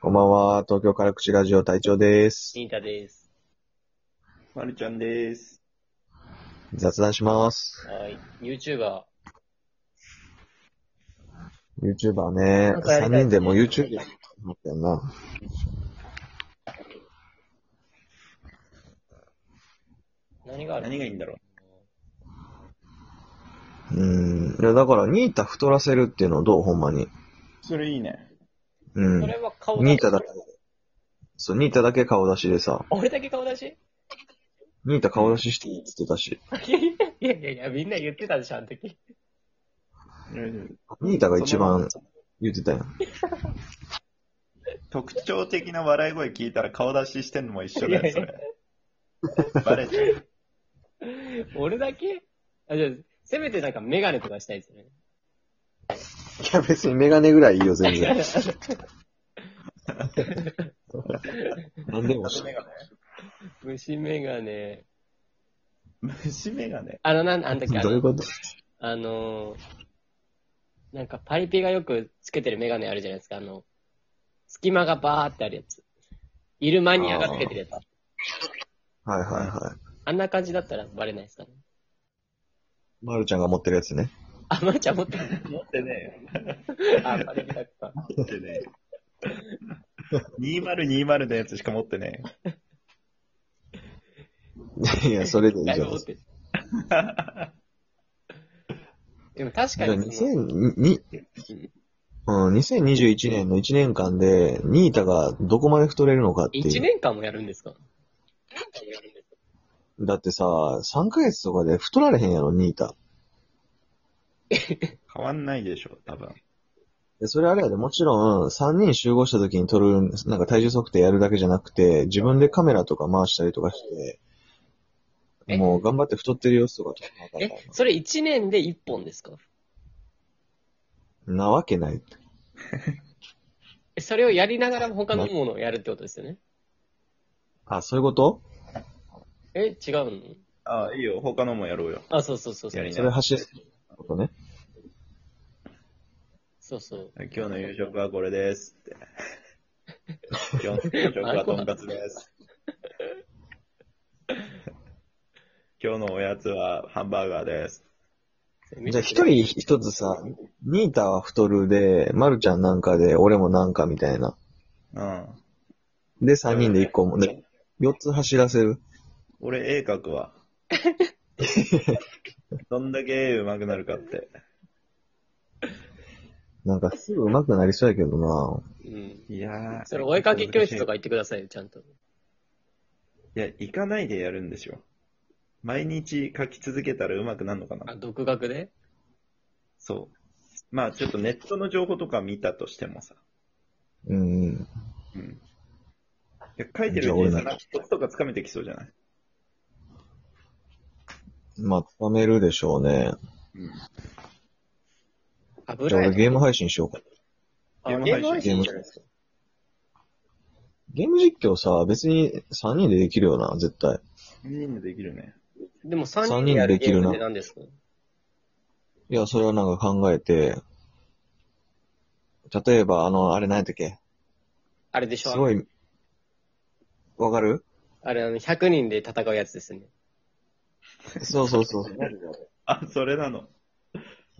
こんばんは、東京辛口ラジオ隊長です。ニータです。まるちゃんです。雑談します。はい。YouTuber。 YouTuber ねな、んかやりた3い人でも YouTube や思ったよな。何がある何がいいんだろうん。いや、だから、ニータ太らせるっていうのどうほんまに。うそれいいね。うそんれ。は顔出ニしータだけ、そう、ニータだけ顔出しでさ、俺だけ顔出し ニータ顔出ししていいって言ってたし、いやいやいやいや、みんな言ってたでしょ、あの時。ニータが一番言ってたやん。特徴的な笑い声聞いたら顔出ししてんのも一緒だよ、それ。バレちゃう。 俺だけあ、じゃあせめてなんかメガネとかしたいですよね。いや、別にメガネぐらいいいよ、全然。何でもし虫虫メ眼鏡ガネ。虫眼鏡あの、なん、あんだっけ、あどういうの、ことあのーなんかパリピがよくつけてるメガネあるじゃないですか、あの、隙間がバーってあるやつ。いるマニアがつけてるやつ。あはいはいはんな感じだったらバレないですかね。い。まるちゃんが持ってるやつね。あ、まー、ちゃん持ってる。持ってね あ、パリピだった。え持ってねえ。2020のやつしか持ってねいや、それでいいじだゃいぶない持でっすか。てる。 でも確じかゃあ、にその、 2002うん、2021年の1年間で、ニータがどこまで太れるのかっていう。 1年間もやるんですかだってさ、3ヶ月とかで太られへんやろ、ニータ。え。変わんないでしょ、多分。でそれあれやで、もちろん、3人集合した時に撮る、なんか体重測定やるだけじゃなくて、自分でカメラとか回したりとかして、えもう頑張って太ってる様子とか撮らなかったえら、それ1年で1本ですかなわけない。えそれをやりながら他のものをやるってことですよねあ、そういうことえ違うのああ、いいよ、他のもやろうよ。あ、そうそうそうそやうり。それ走ることね。そうそう。今日の夕食はこれですって。今日の夕食はとんかつ です。今日のおやつはハンバーガーです。じゃあ、一人一つさ、ニータは太るで、まるちゃんなんかで、俺もなんかみたいな。うん。で、三人で一個も。で、四つ走らせる。俺、絵描く わ。どんだけ絵上手くなるかって。なんかすぐ上手くなりそうやけどなうん。いやーそれお絵かき教室とか。か行ってくださいよ、ちゃんと。いや、行かないでやるんでしょ。毎日描き続けたら上手くなるのかあ、な独学でそう。まあ、ちょっとネットの情報とか見たとしてもさ。うんうん。うん。いや描いてるうちにさ、なんかコツとかつかめてきそうじゃないまあ、つかめるでしょうね。うん。じゃあ油絵俺ゲーム配信しようか。あゲゲームーム配配信信じゃないですか。ゲーム実況さ、別に三人でできるよな、絶対。みんなできるね。でも三3人人でやるできゲーるなムって何ですかいや、それはなんか考えて、例えば、あの、あれ何やったっけあれでしょすごい、わか るあれ、あの、100人で戦うやつですね。そうそうそう。あ、それなの。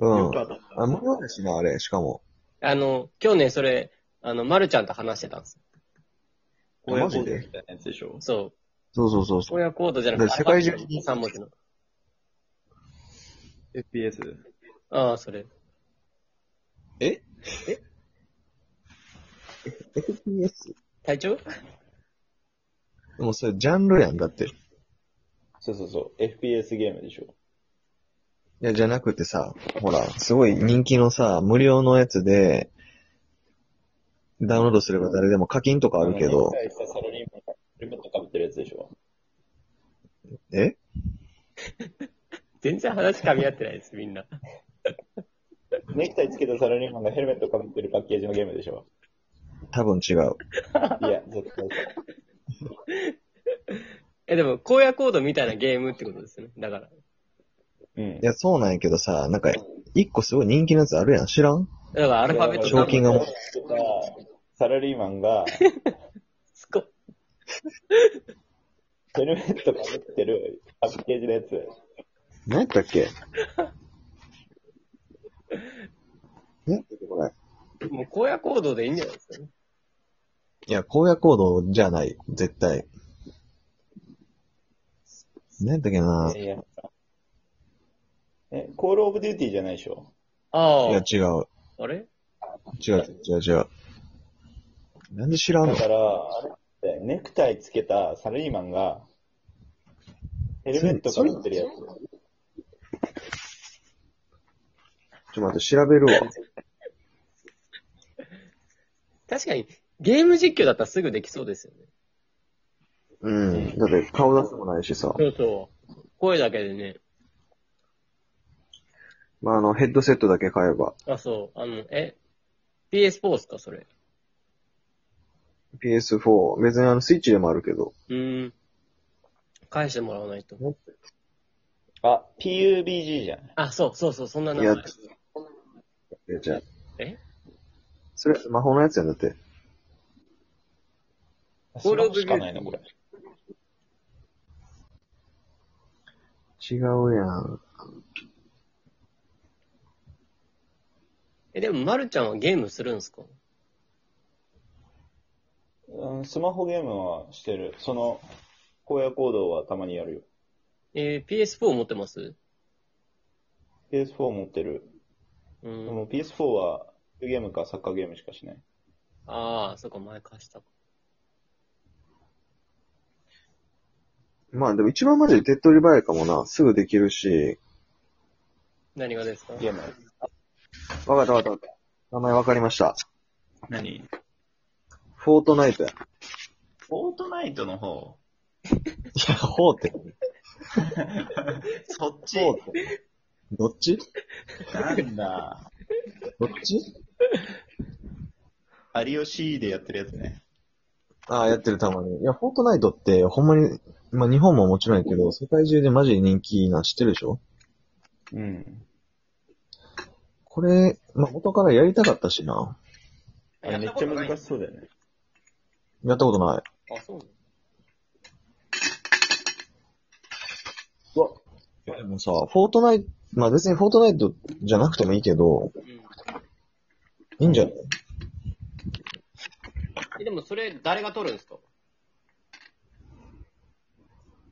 うよんく。当たっあ、無料だしな、あれ、しかも。あの、今日ね、それ、あの、まるちゃんと話してたんです。た。マ親ジ子でみたいなやつでしょ。そそうそうそうう。そう。親コードじゃなくて、世界中に3文字の。 FPS。ああ、それ。ええ ?FPS? 体調でもそれジャンルやん、だって。いそうそうそう。FPS ゲームでしょ。や、じゃなくてさ、ほら、すごい人気のさ、無料のやつで、ダウンロードすれば誰でも課金とかあるけど、一回さサラリーマンがヘルメットかぶってるやつでしょ。え全然話噛み合ってないです、みんな。ネクタイつけたサラリーマンがヘルメットかぶってるパッケージのゲームでしょ。多分違う。いや、絶対そう。え、でも、荒野コードみたいなゲームってことですよね。だから。うんい。や、そうなんやけどさ、なんか、一個すごい人気のやつあるやん、知らんだから、アルファベット賞何金文が字もうとかサラリーマンが、すごい。ヘルメットかぶってるパッケージのやつ。何やったっ け何やったっけこれ。もう荒野行動でいいんじゃないですかね。いや、荒野行動じゃない。絶対。何やったっけないやえ、コールオブデューティーじゃないでしょあいや、あ。違う。あれ違う、違う、違う。なんで知らんだのから、あれってネクタイつけたサラリーマンが、ヘルメットかぶってるやつ。ちょっと待って、調べるわ。確かに、ゲーム実況だったらすぐできそうですよね。うん。だって顔出すもないしさ。そうそう。声だけでね。まあ、あの、ヘッドセットだけ買えば。あ、そう。あの、え ?PS4 っすかそれ。 PS4。別にあの、スイッチでもあるけど。うーん。返してもらわないと。あ、PUBG じゃん。あ、そうそうそう、そんない名や前。、いやじゃあえそれ、スマホのやつやんだって。コールオブデューしティーかないの、これ。違うやん。え、でも、まるちゃんはゲームするんすかうん、スマホゲームはしてる。その、荒野行動はたまにやるよ。えー PS4 持ってます PS4 持ってる。うでん。も PS4 は、ゲームかサッカーゲームしかしない。ああ、そっか、前貸したか。まあ、でも一番マジで手っ取り早いかもな。すぐできるし。何がですかゲーム。わかったわかったわかった。名前わかりました。何フォートナイトや。いフォートナイトの方や、フォーって。そっちフォーって。どっちなんだ。どっち有吉でやってるやつね。ああ、やってるたまに。いや、フォートナイトって、ほんまに、まあ日本ももちろんやけど、世界中でマジで人気なん知ってるでしょうん。これ、まあ元からやりたかったしな。あれめっちゃ難しそうだよね。やったことない。あ、そうなのいやでもさ、フォートナイト、まあ別にフォートナイトじゃなくてもいいけど、ういん。いんじゃないえ、でもそれ、誰が取るんですか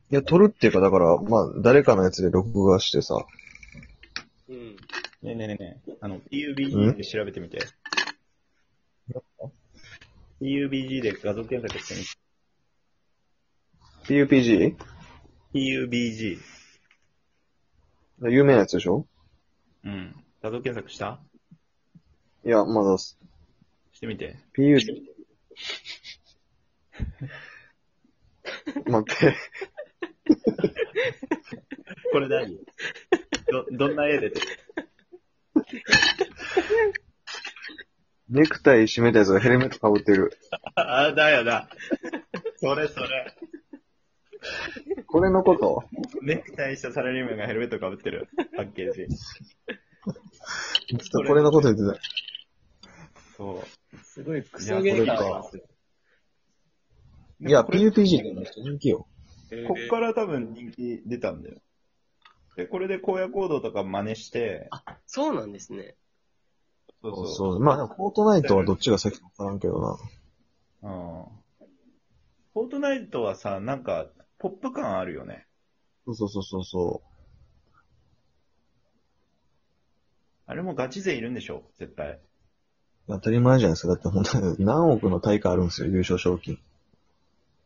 いや、撮るっていうか、だから、まあ、誰かのやつで録画してさ。うん。ねえねえねえねえ、あの、PUBG で調べてみて。PUBG で画像検索してみ PUPG? て。PUBG。有名なやつでしょうん。画像検索したいや、まだす、してみて。 PUG。待って、 これ何ど、どんな絵出てる ネクタイ締めたやつがヘルメット被ってる。あ、だよな。それそれ。これのことネクタイしたサラリーマンがヘルメットかぶってるパッケージ。ちょっとこれのこと言ってそう。すごい、クソソゲゲーー感か。た。いや、これ PUPG でも人気よ。こっから多分人気出たんだよ。で、これで荒野行動とか真似して、そうなんですね。そそうそう。まあ、でもフォートナイトはどっちが先かわからんけどな。うん。フォートナイトはさ、なんか、ポップ感あるよね。そうそうそうそうそあれもガチ勢いるんでしょ絶対。う。当たり前じゃないですか。だって本当に何億の大会あるんですよ、優勝賞金。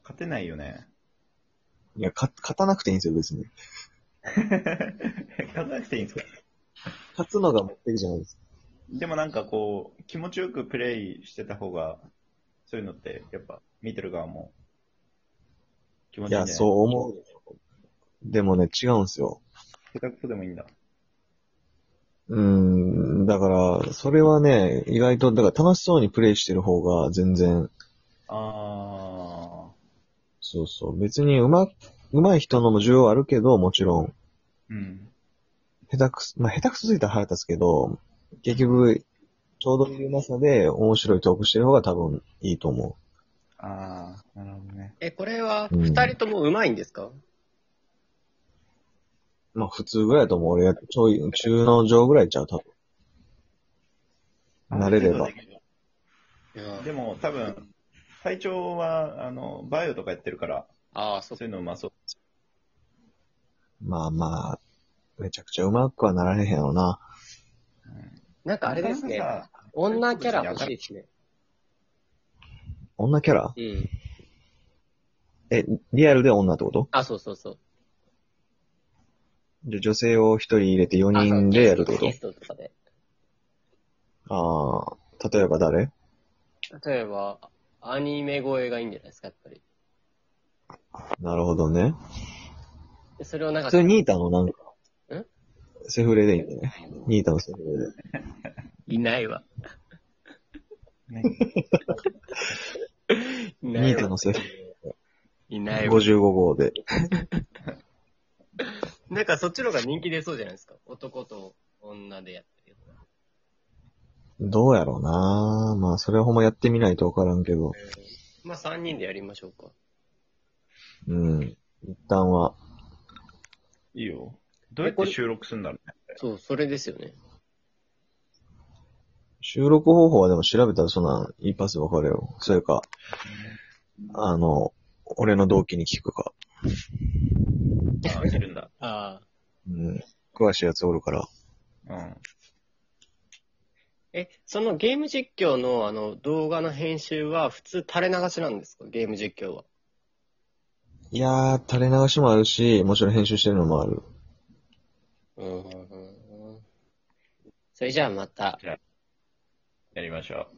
勝てないよね。 いや、か勝たなくていいんですよ、別に。勝たなくていいんですか勝つのが目的じゃないです。でもなんかこう、気持ちよくプレイしてた方が、そういうのって、やっぱ、見てる側も、気持いちいいんや、じゃないそう思う。でもね、違うんですよ。下手くそでもいいんだ。うーん、だから、それはね、意外と、だから楽しそうにプレイしてる方が全然、あそうそう。別にうま、うまい人のも需要はあるけど、もちろん、ー。うん。下手くそ、まあ、下手くそすぎたら腹立つけど、結局、ちょうどいる中で面白いトークしてる方が多分いいと思ああ、なるほどね。え、これはうん二人とも上手いんですか、う。まあ普通ぐらいだと思う。俺がちょい、中の上ぐらいちゃう、多分。慣れれば。いやでも多分、体調は、あの、バイオとかやってるから、ああ、そっそういうのうまそう。まあまあ、めちゃくちゃうまくはなられへんよな。なんかあれですねな。かなかさ女キャラ欲しいですね。女キャラうん。え、リアルで女ってことあ、そうそうそう。じゃあ女性を一人入れて4人でやるってゲこストとかで。とああ、例えば誰例えば、アニメ声がいいんじゃないですか、やっぱり。なるほどね。でそれをなん普か、通にニータのなんか、んセフレでいいんだね。ニータのセフレで。いないわ。 ね、いニータのセフレ。いないわ。 55号で。なんかそっちの方が人気出そうじゃないですか。男と女でやってるやどうやろうなまあ、それはほんまやってみないとわからんけど。つまあ3人でやりましょうか。うん。一旦は。いいよ。どうやって収録するんだろ うね。そう、それですよね。収録方法はでも調べたらそんなん一発でわかるよ。それか、あの、俺の同期に聞くか。ああ、いるんだ。ああ。うん。詳しいやつおるから。うん。え、そのゲーム実況のあの動画の編集は普通垂れ流しなんですかゲーム実況は。いやー、垂れ流しもあるし、もちろん編集してるのもある。うん。それじゃあまた。やりましょう。